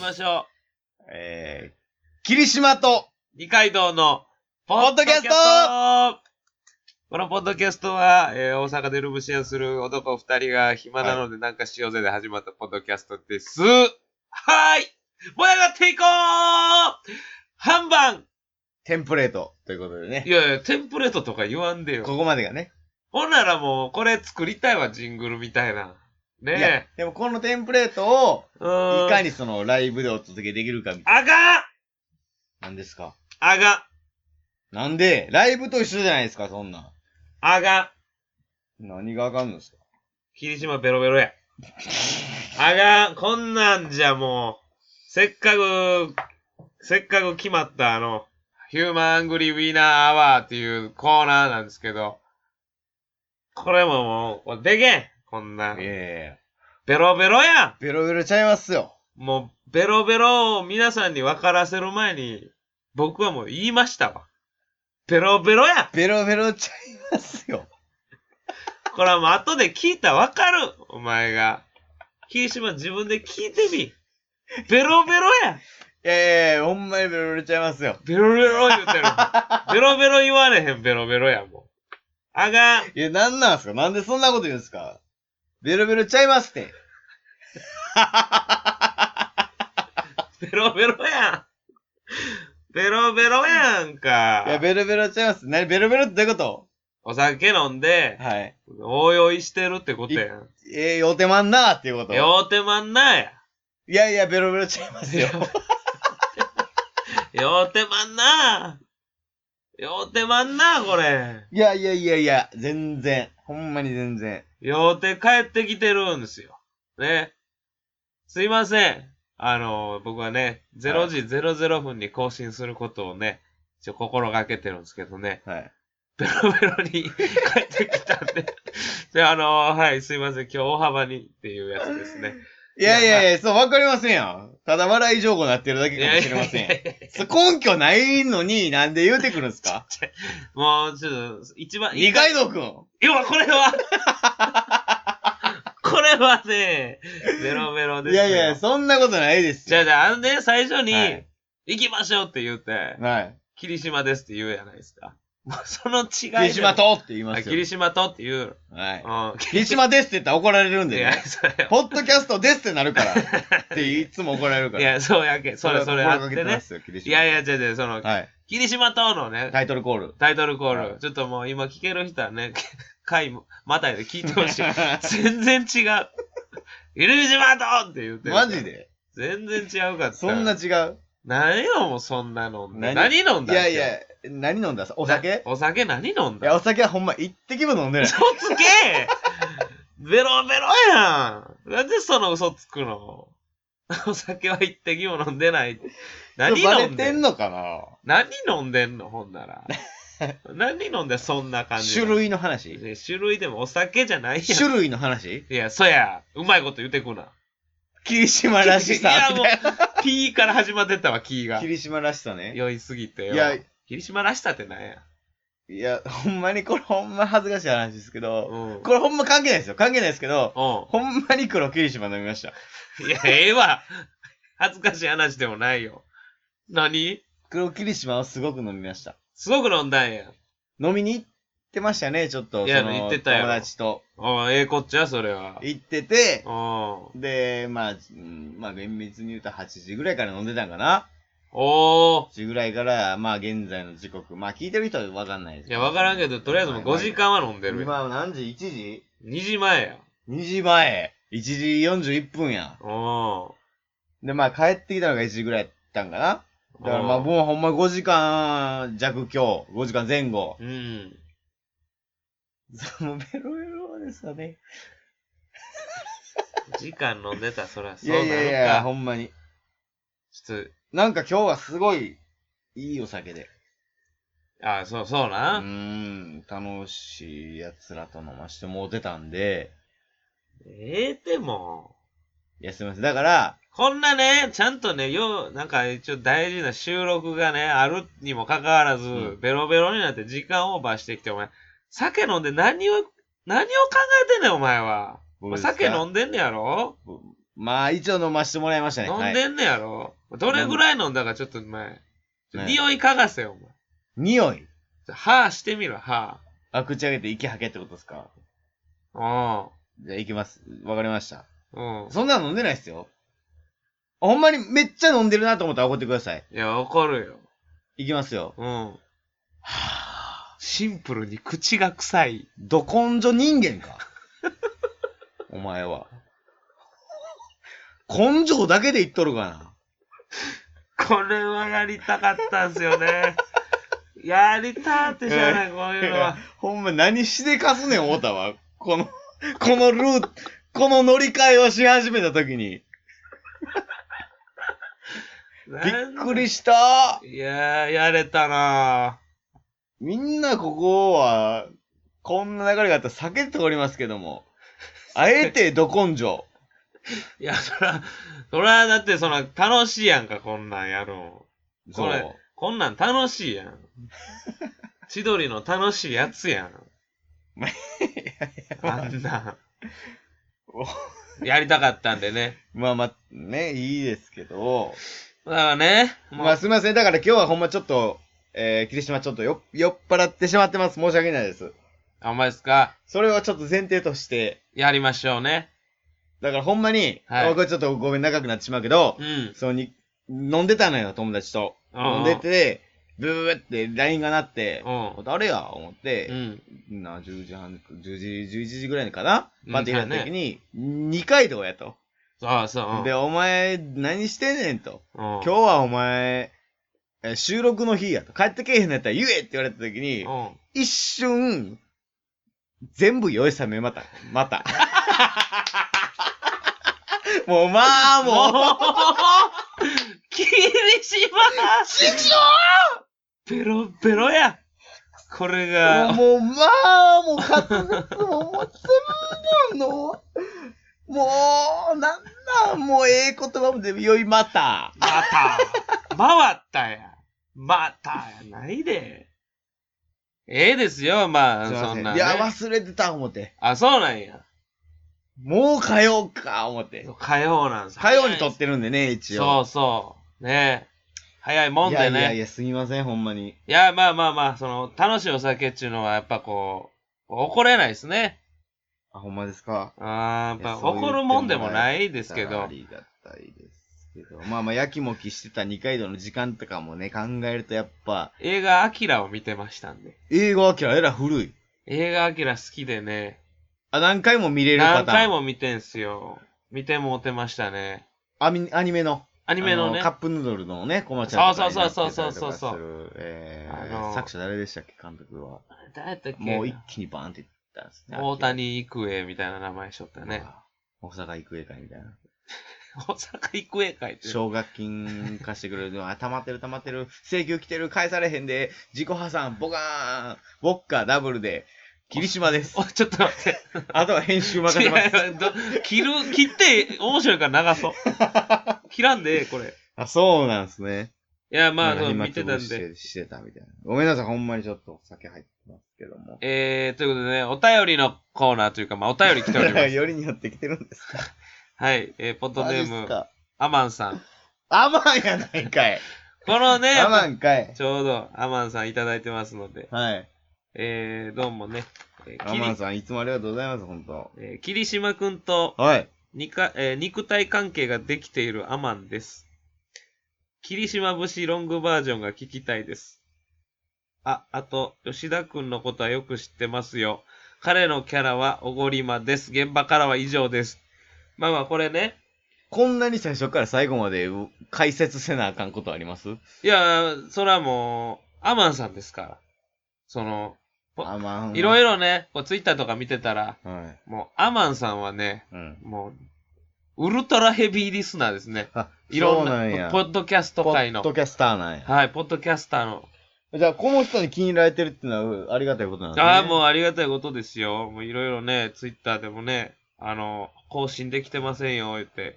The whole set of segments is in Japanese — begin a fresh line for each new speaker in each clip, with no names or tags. ましょ
えー、霧島と、
う。二階堂の、ポ
ッドキャスト
このポッドキャストは、えー大阪でルームシェアする男二人が暇なのでなんかしようぜで始まったポッドキャストです。はーい燃え上がっていこう半番
テンプレートということでね
い。やいや、テンプレートとか言わんでよ。
ここまでがね。
ほんならもう、これ作りたいわ、ジングルみたいな。
いや
ね
でもこのテンプレートを、
え。うーん。
いかにそのライブでお続けできるかみたい
あがん
なんですか。
あがん
なんで、ライブと一緒じゃないですか、そんなん。
あがん
何がわかるんですか
霧島ベロベロや。あがんこんなんじゃもう、せっかく、せっかく決まったあの、ヒューマンアングリーウィナーアワーっていうコーナーなんですけど、これももう、これでけんこんなん
い。やいや
ベロベロやん
ベロベロちゃいますよ。
もう、ベロベロを皆さんに分からせる前に、僕はもう言いましたわ。ベロベロや
ベロベロちゃいますよ。
これはもう後で聞いたら分かるお前が。霧島自分で聞いてみベロベロや
いやいやいやほんまにベロベロちゃいますよ。
ベロベロ言うてる。ベロベロ言われへんベロベロやもう。あがん
いや、なんなんすかなんでそんなこと言うんですかベロベロちゃいますって。
ベロベロやんベロベロやん
いや、
か。
ベロベロちゃいます。なに、ベロベロってどういうこと
お酒飲んで、
はい。
応用いしてるってことやん。
えー、よてまんなーっていうこと。
ようてまんなや。
いやいや、ベロベロちゃいま すよ。
ようてまんなようてまんなこれ。
いやいやいやいや、全然。ほんまに全然。
ようて帰ってきてるんですよ。ね。すいません。あの、僕はね、0時00分に更新することをね、一応心がけてるんですけどね、
はい。
ベロベロに帰ってきたんで。 で、あの、はい、すいません。今日大幅にっていうやつですね。
いやいやいや、そう、わかりませんやん。ただ 笑い情報になってるだけかもしれません。そう根拠ないのに、なんで言うてくるん すか
もう、ちょっと、一番、
二階堂くん。
いや、これは これはね、ベロベロです
い
よ。
やいや、そんなことないです
じ
よ。
ゃあじゃあ、あのね、最初に、
はい
行きましょうって言って、
はい。
霧島ですって言うじゃないですか。もうその違いで。
霧島とって言いま
あ
すよ
霧。島とって言う。
はい。
うん。
霧島ですって言ったら怒られるん
い
で
や、
ね。
それ
ポッドキャストですってなるから。 っていつも怒られるか
い
ら。
や、そうやけん。それ、それ
心
あ
が
っ
け
て
ま
ね。
すよ、霧
い
島
やいや、じゃあじゃあその、
はい。
霧島とのね、
タイトルコール。
タイトルコール。
はい
ちょっともう今聞ける人はね、 回も、またいで聞いてほしい。全然違う。霧島とって言ってるから
マジで
全然違うかった。
そんな。違う
何よ、もうそんな飲んで。何
何
飲んだ
いやいや、何飲んだお
お
酒
お酒何飲ん
い
だ
や、お酒はほんま一滴も飲んでない。
嘘つけベロベロやんなんでその嘘つくのお酒は一滴も飲んでない。何
バレ
飲ん
て
でん
ん
の
のかな
何飲んでんのほんな ら。何飲んでそんな感じ
種
なの。
類の話
ね種類でもお酒じゃないや
種類の話
ん。いや、そや、うまいこと言ってくな。
霧島らし
いや
さ
も。ピーから始まってったわ、キーが。
霧島らしさね。
酔いすぎてよ。
いや
霧島らしさってなんや。
いや、ほんまにこれほんま恥ずかしい話ですけ
う
ど、
ん。
これほんま関係ないですよ。関係ないですけど、
う
ほんまに黒霧島飲みました。
ん。いや、ええわ。恥ずかしい話でもないよ。何
黒霧島をすごく飲みました。
すごく飲んだんや。
飲みに行ってましたね、ちょっと。
いや
その
行ってたやろ
友達と。
ああ、ええこっちゃ、それは。
行ってて、
お
で、まあ、うんまあ厳密に言うと8時ぐらいから飲んでたんかな。
お
8時ぐらいから、まあ現在の時刻。まあ聞いてる人はわかんないです
ー。いや、わからんけど、とりあえずもう5時間は飲んでるやん。
今何時 ?1 時
2時前や。
?2 時前。1時41分や。
お
で、まあ帰ってきたのが1時ぐらいやったんかな。
ー。
だからまあ
おー
もうほんま5時間弱今日、5時間前後。
うん。
もうベロベロですよね。
時間飲んでた、そりゃ
い
そうな
や
る
い
か。
やいや、ほんまに。
ちょっ
なんか今日はすごいいいお酒で。
と、ああ、そう、そう
う
な。
ーん、楽しい奴らと飲ましてもうてたんで、
ええでも。
いやすみません。だから、
こんなね、ちゃんとね、よう、なんか一応大事な収録がね、あるにもかかわらず、
うん
ベロベロになって時間オーバーしてきて、お前、酒飲んで何を、何を考えてんねん、お前は。お
僕
前
ですか
酒飲んでんねやろ
ぼまあ、一応飲ましてもらいましたね。
飲ん
はい、
でんねやろ。どれぐらい飲んだかちょっと前。
ね
匂い嗅がせよ、お前。
匂い。
ちょ歯してみろ、歯。
あ、口開けて息吐けってことですか
う
じゃあ、行きます。わかりました。
ん。うん。
そんなの飲んでないっすよ。ほんまにめっちゃ飲んでるなと思ったら怒ってください。
いや、怒るよ。
行きますよ。
うん。シンプルに口が臭い。
ど根性人間か。 お前は。根性だけで言っとるかな。
これはやりたかったんすよ ね。やりたってしゃあない、こういうのは。
ほんま何しでかすねん思ったわ。この、このルート、この乗り換えをし始めた時に。 びっくりした。
いやー、やれたな
みんなここは、こんな流れがあったら避けておりますけ ども。あえてど根性。
ー。いや、そら、そら、だって、その、楽しいやんか、こんなんやるん。
そ
これ
う。
こんなん楽しいやん。千鳥の楽しいやつ やん。あんなやりたかったんでね。
まあまあ、ね、いいですけど。
だからね、もう
まあすみません。だから今日はほんまちょっと、えー、霧島ちょっとよ酔っ払ってしまってます。申し訳ないです。
あ、お前ですか
それはちょっと前提として、
やりましょうね。
だからほんまに、
はい
あこれちょっとごめん長くなってしまうけど
う、ん。
そのに、飲んでたのよ、友達と。
うん
飲んでて、ブーって LINE が鳴って、
うん
誰や思っ
う
て、
ん。
な、10時半、10時、11時ぐらいかな
うん
パッて言った時に、二階堂やと。
ああ、そう。うん
で、お前、何してんねんと。
うん、
今日はお前、え収録の日やと。帰ってけえへんのやったら言えって言われた時に、
うん
一瞬、全部酔いさめまた。ま た。もうまあもう、
霧島 ベロベロやこれが、
もうまあもう滑舌ももう全部の、もう、なんなん、もうええ言葉も全部酔いまた。
また、回ったや。またやないで。ええですよ、まあ、
すいま
そ
せ
ん
ん。
なん、
い
ね。
や、忘れてた思って。
あ、そうなんや。
もう火曜か思って。
火曜なんです
火曜に撮ってるんでね、一
そ
応。
うそう。ねえ。早いもんでね。
いやいやいや、すみません、ほんまに。
いや、まあまあまあ、その、楽しいお酒っていうのは、やっぱこう、怒れないですね。
あ、ほんまですか。
あーやっぱ
そう言って
怒るもんでもないですけ
あ
ど。
りがたいですけど。まあまあ、やきもきしてた二階堂の時間とかもね、考えるとやっぱ、
映画アキラを見てましたんで。
映画はキラえら古い。
映画アキラ好きでね、
あ、何回も見れるパタ
何
ーン。
回も見てんすよ。見てもうてましたね。
アニ。アニメの。
アニメのね
あカ、ップヌードルのね、コマちゃんとかになってたりとかす
そう
る。
そうそうそうそう
え
あ
ー
の
作者誰でしたっけ、監督は。
誰やったっけ
もう一気にバーンっていったんですね。
大谷育英みたいな名前しとったね。
あ。大阪育英会みたいな。
大阪育英会って。
奨学金貸してくれる。あ、溜まってる溜まってる。請求来てる。返されへんで。自己破産。ボカーン。ボッカーダブルで。霧島です。
おちょっと待 って。
あとは編集任せます。
違うど切る、切って、面白いから 流そう。切らんでええ、これ。
あ、そうなんですね。
いや、まあ、
なんか
そう
暇
見てたんで。
つぶししてたみたいな。ごめんなさい。ほんまにちょっとお酒入ってますけども。
えー、ということでね、お便りのコーナーというか、まあ、お便り来 ております。
よりによってきてるんですか
はい、えー、ポッドネー
マジっす
ム、
か
アマンさん。
アマンやないかい。
このね、
アマンかい。
ちょうどアマンさんいただいてますので、
はい。
えー、どうもね、えー
ア
キ
マン
リ
さん、いつもありがとうございます、ほんと。
えー霧島くんと
はい。
にか、えー肉体関係ができているアマンです。霧島節ロングバージョンが聞きたいです。あ、あと、吉田くんのことはよく知ってますよ。彼のキャラはおごりまです。現場からは以上です。まあまあ、これね、
こんなに最初から最後までう解説せなあかんことあります
いや、それはもう、アマンさんですから。その、ぽ
アマン。
いろいろね、こうツイッターとか見てたら、
ろ。はい。
もう、アマンさんはね、
うん。
もう、ウルトラヘビーリスナーですね。
あ、
いろん
そう
な、
んや
ポッドキャスト界の
ポッ。ドキャスターなんや。
はい、ポッドキャスターの。
じゃあ、この人に気に入られてるっていうのはうんありがたいことなんですね。
ああ、もうありがたいことですよ。もういろいろね、ツイッターでもね、あの、更新できてませんよ、言って、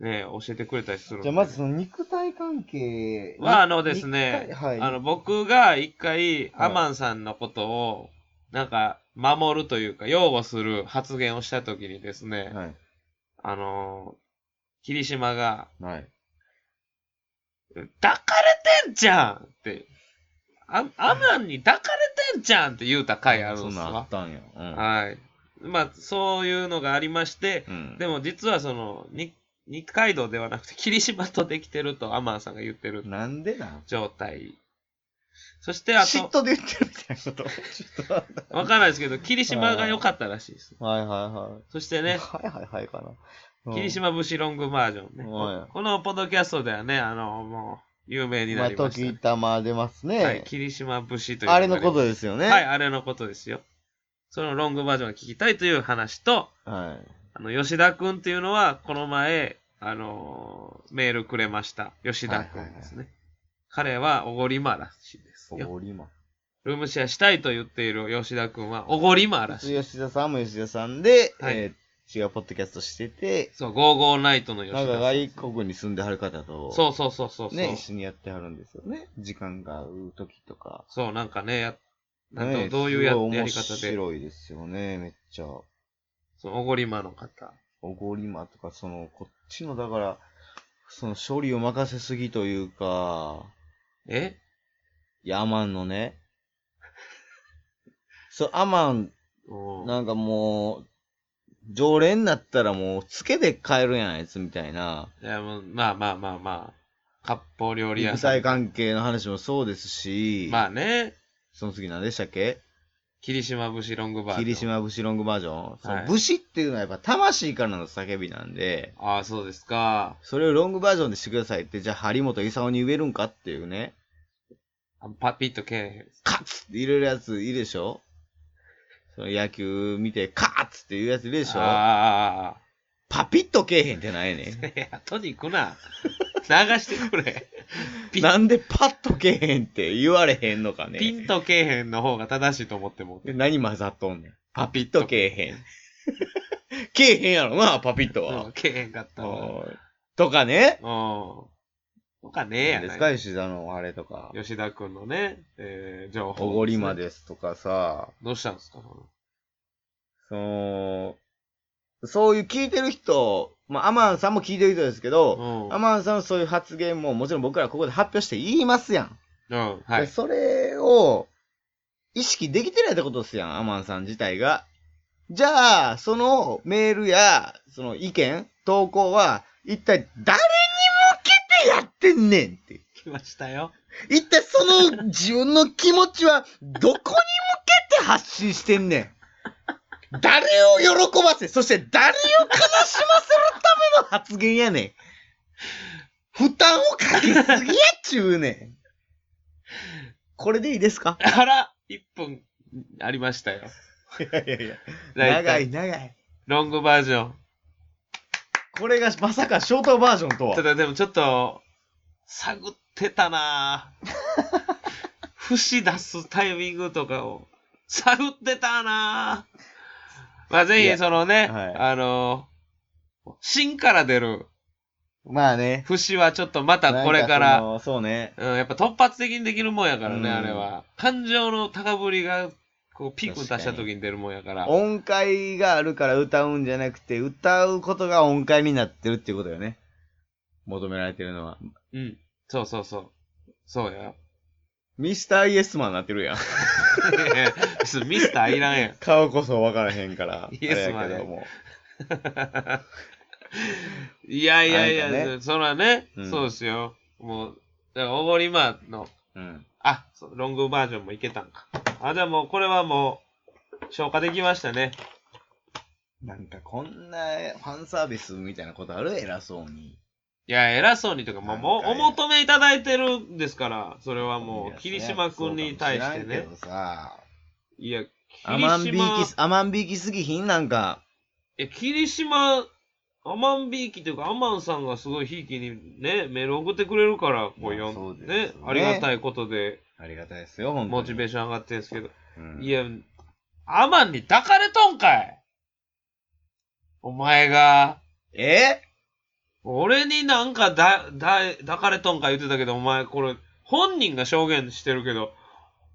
ね、教えてくれたりするんで。
じゃあ、まずその肉体関係
は、あのですね
肉、体はい。
あの、僕が一回、アマンさんのことを、なんか、守るというか、擁護する発言をしたときにですね、
はい。
あの霧島が、
はい。
抱かれてんじゃんって、あ、アマンに抱かれてんじゃんって言うた回あるん
そ
で
ん
す
なんあ
わ
っ。たんや。うん。
はい。まあ、そういうのがありまして、
うん、
でも実はその、に二階堂ではなくて、霧島とできてるとアマンさんが言ってる
なんでなん
状態。そして、あ
嫉
と、
妬で言ってるみたいなこと。嫉妬なんだ
わからないですけど、霧島が良かったらしいです。
はいはいは
そして
い。
ね、
はいはいはいかな。うん
霧島武士ロングバージョンね。
はい
このポッドキャストではね、あの、もう、有名になり
まあ、
ましたね、
時たま出ますね。
はい、霧島武士という
あれのこと
で
ですよね。
はい、あれのことですよ。そのロングバージョンが聞きたいという話と、
は
あの、吉田くんっていうのは、この前、あのーメールくれました。吉田くんですね。彼はおごりまらしいです
い。
よ。
おりま。
ルームシェアしたいと言っている吉田くんは、おごりまらしい。
吉田さんも吉田さんで、
はい
えー違うポッドキャストしてて、
そう、ゴーゴーナイトの吉田
なん
さ
か
ん。
外国に住んではる方と、
そうそうそうそうそう。
ね、一緒にやってはるんですよね。時間が合う時とか。
そう、なんかね、やなん
ね
かどういうや,、
すご
やり方
面
で、
白いですよね、めっちゃ。
そのおごりまの方。
おごりまとか、その、こっちの、だから、その、処理を任せすぎというか、
え
いやアマンのね、 そう、アマン
おー
なんかもう、常連になったらもう、つけで買えるやん、あいつみたいな。
いや、もう、まあまあまあまあ。割烹料理屋
肉
さん。
体関係の話もそうですし、
まあね、
その次何でしたっけ
霧島節ロングバージョン
霧。島武士ロングバージョン。そ
は
の
い
武士っていうのはやっぱ魂からの叫びなんで、
ああ、そうですか。
それをロングバージョンでしてくださいって、じゃあ張本勲に言えるんかっていうね、
あパピッとけえへん。
カッツって入れるやついるでしょその野球見て、カッツって言うやついるでしょ
あ
パピッとけえへんってないねん。
あ。いや、後に行く な。流してくれ。 ピッ
なんでパッとけえへんって言われへんのかね。
ピンとけえへんの方が正しいと思ってもうて。
で何混ざっとんねん。パピッとけえへん。 けえへんやろな、パピッ と
う
は
ん。けえへんかったわ。うん。
おいとかね。
とかねえや
何
な
で
い
すか、吉田のあれとか。
吉田くんのね、えー、情報、
おごりま。ですとかさ、
どうしたんですかそ
その、そういう聞いてる人、まあ、アマンさんも聞いてる人ですけど、
のうん。
アマンさんのそういう発言も、もちろん僕らここで発表して言いますやん。
うん。は
で
い。
それを、意識できてないってことですやん、アマンさん自体が。じゃあ、そのメールや、その意見、投稿は、一体誰に向けてやってんねんって。
来ましたよ。
一体その自分の気持ちは、どこに向けて発信してんねん。誰を喜ばせ、そして誰を悲しませるための発言やねん。負担をかけすぎやっちゅうねん。これでいいですか
あら !1 分ありましたよ。
いやいやいや。
大
長
体
い長い。
ロングバージョン。
これがまさかショートバージョンと
た
は。
だでもちょっと、探ってた なぁ。節出すタイミングとかを、探ってたなぁ。まあぜ
い
ひ
や
そのね、
はい
あのー芯から出る
まあね。
節はちょっとまたこれか
なん
ら、
その。そうね。
うん、やっぱ突発的にできるもんやからね、
うん
あれは。感情の高ぶりが、こうピークに達した時に出るもんやから。
音階があるから歌うんじゃなくて、歌うことが音階になってるっていうことよね。求められてるのは。
うん。そうそうそう。そうや。
ミスターイエスマンになってるやん。
別にミスターいらんやん。
顔こそわからへんから。
イエスマン
あれ
や
やけども。
いやいやいや、
なんかね
そらね、
うん
そうですよ。もう、だから、おごりまの、
うん。
あ、そうロングバージョンもいけたんか。あ、じゃあもう、これはもう、消化できましたね。
なんかこんなファンサービスみたいなことある偉そうに。
いや、偉そうにとか、もう、もう
なんか
お
いや
求めいただいてるんですから、それはもう、霧島
く
君
ん
に対してね。
さ
いや、
甘ん
霧
びいき
島
す、、甘んびいきすぎひんなんか。
え、霧島、アマンビーキというか、アマンさんがすごいひいきにね、メール送ってくれるから、こう
まあ
読
そうんです
ね
よね
ありがたいことで、
ありがたいですよ、本当に。
モチベーション上がってるんですけど。
うん
いや、アマンに抱かれとんかいお前が、
え
俺になんかだ、だ、抱かれとんか言ってたけど、お前これ、本人が証言してるけど、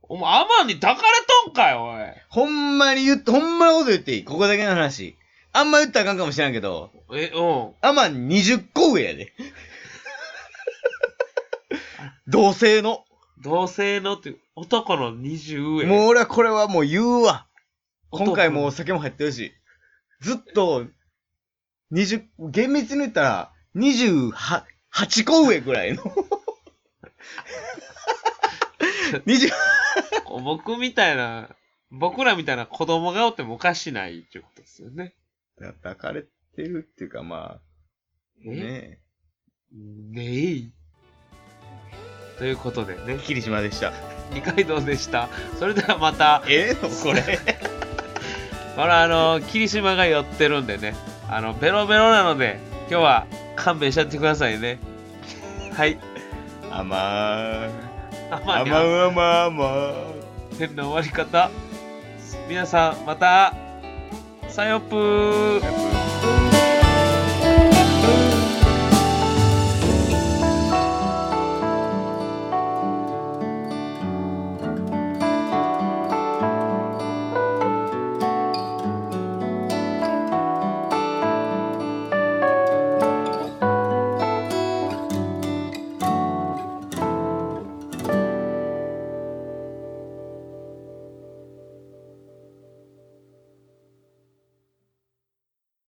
お前アマンに抱かれとんかいおい。
ほんまに言って、ほんまのこと言っていい。ここだけの話。あんま言ったらあかんかもしれんけど、
え、うん。
アマン20個上やで。同性の。
同性のって、男の20円。
もう俺はこれはもう言うわ。
男
今回もうお酒も入ってるし。ずっと、20、厳密に言ったら、28個上ぐらいの。20
こう僕みたいな、僕らみたいな子供がおってもおかしないっていうことですよね。
抱かれてるっていうかまあ、
え
ね
ねえ。ということでね
え。、霧島でした。
二階堂でした。それではまた、
ええのこれ。
ほら、あの、霧島が寄ってるんでね、あの、ベロベロなので、今日は勘弁しちゃってくださいね。はい。
甘
あ
ー。
まあ
甘う甘甘。
変な終わり方。皆さん、また、さよぷー。
やっぱ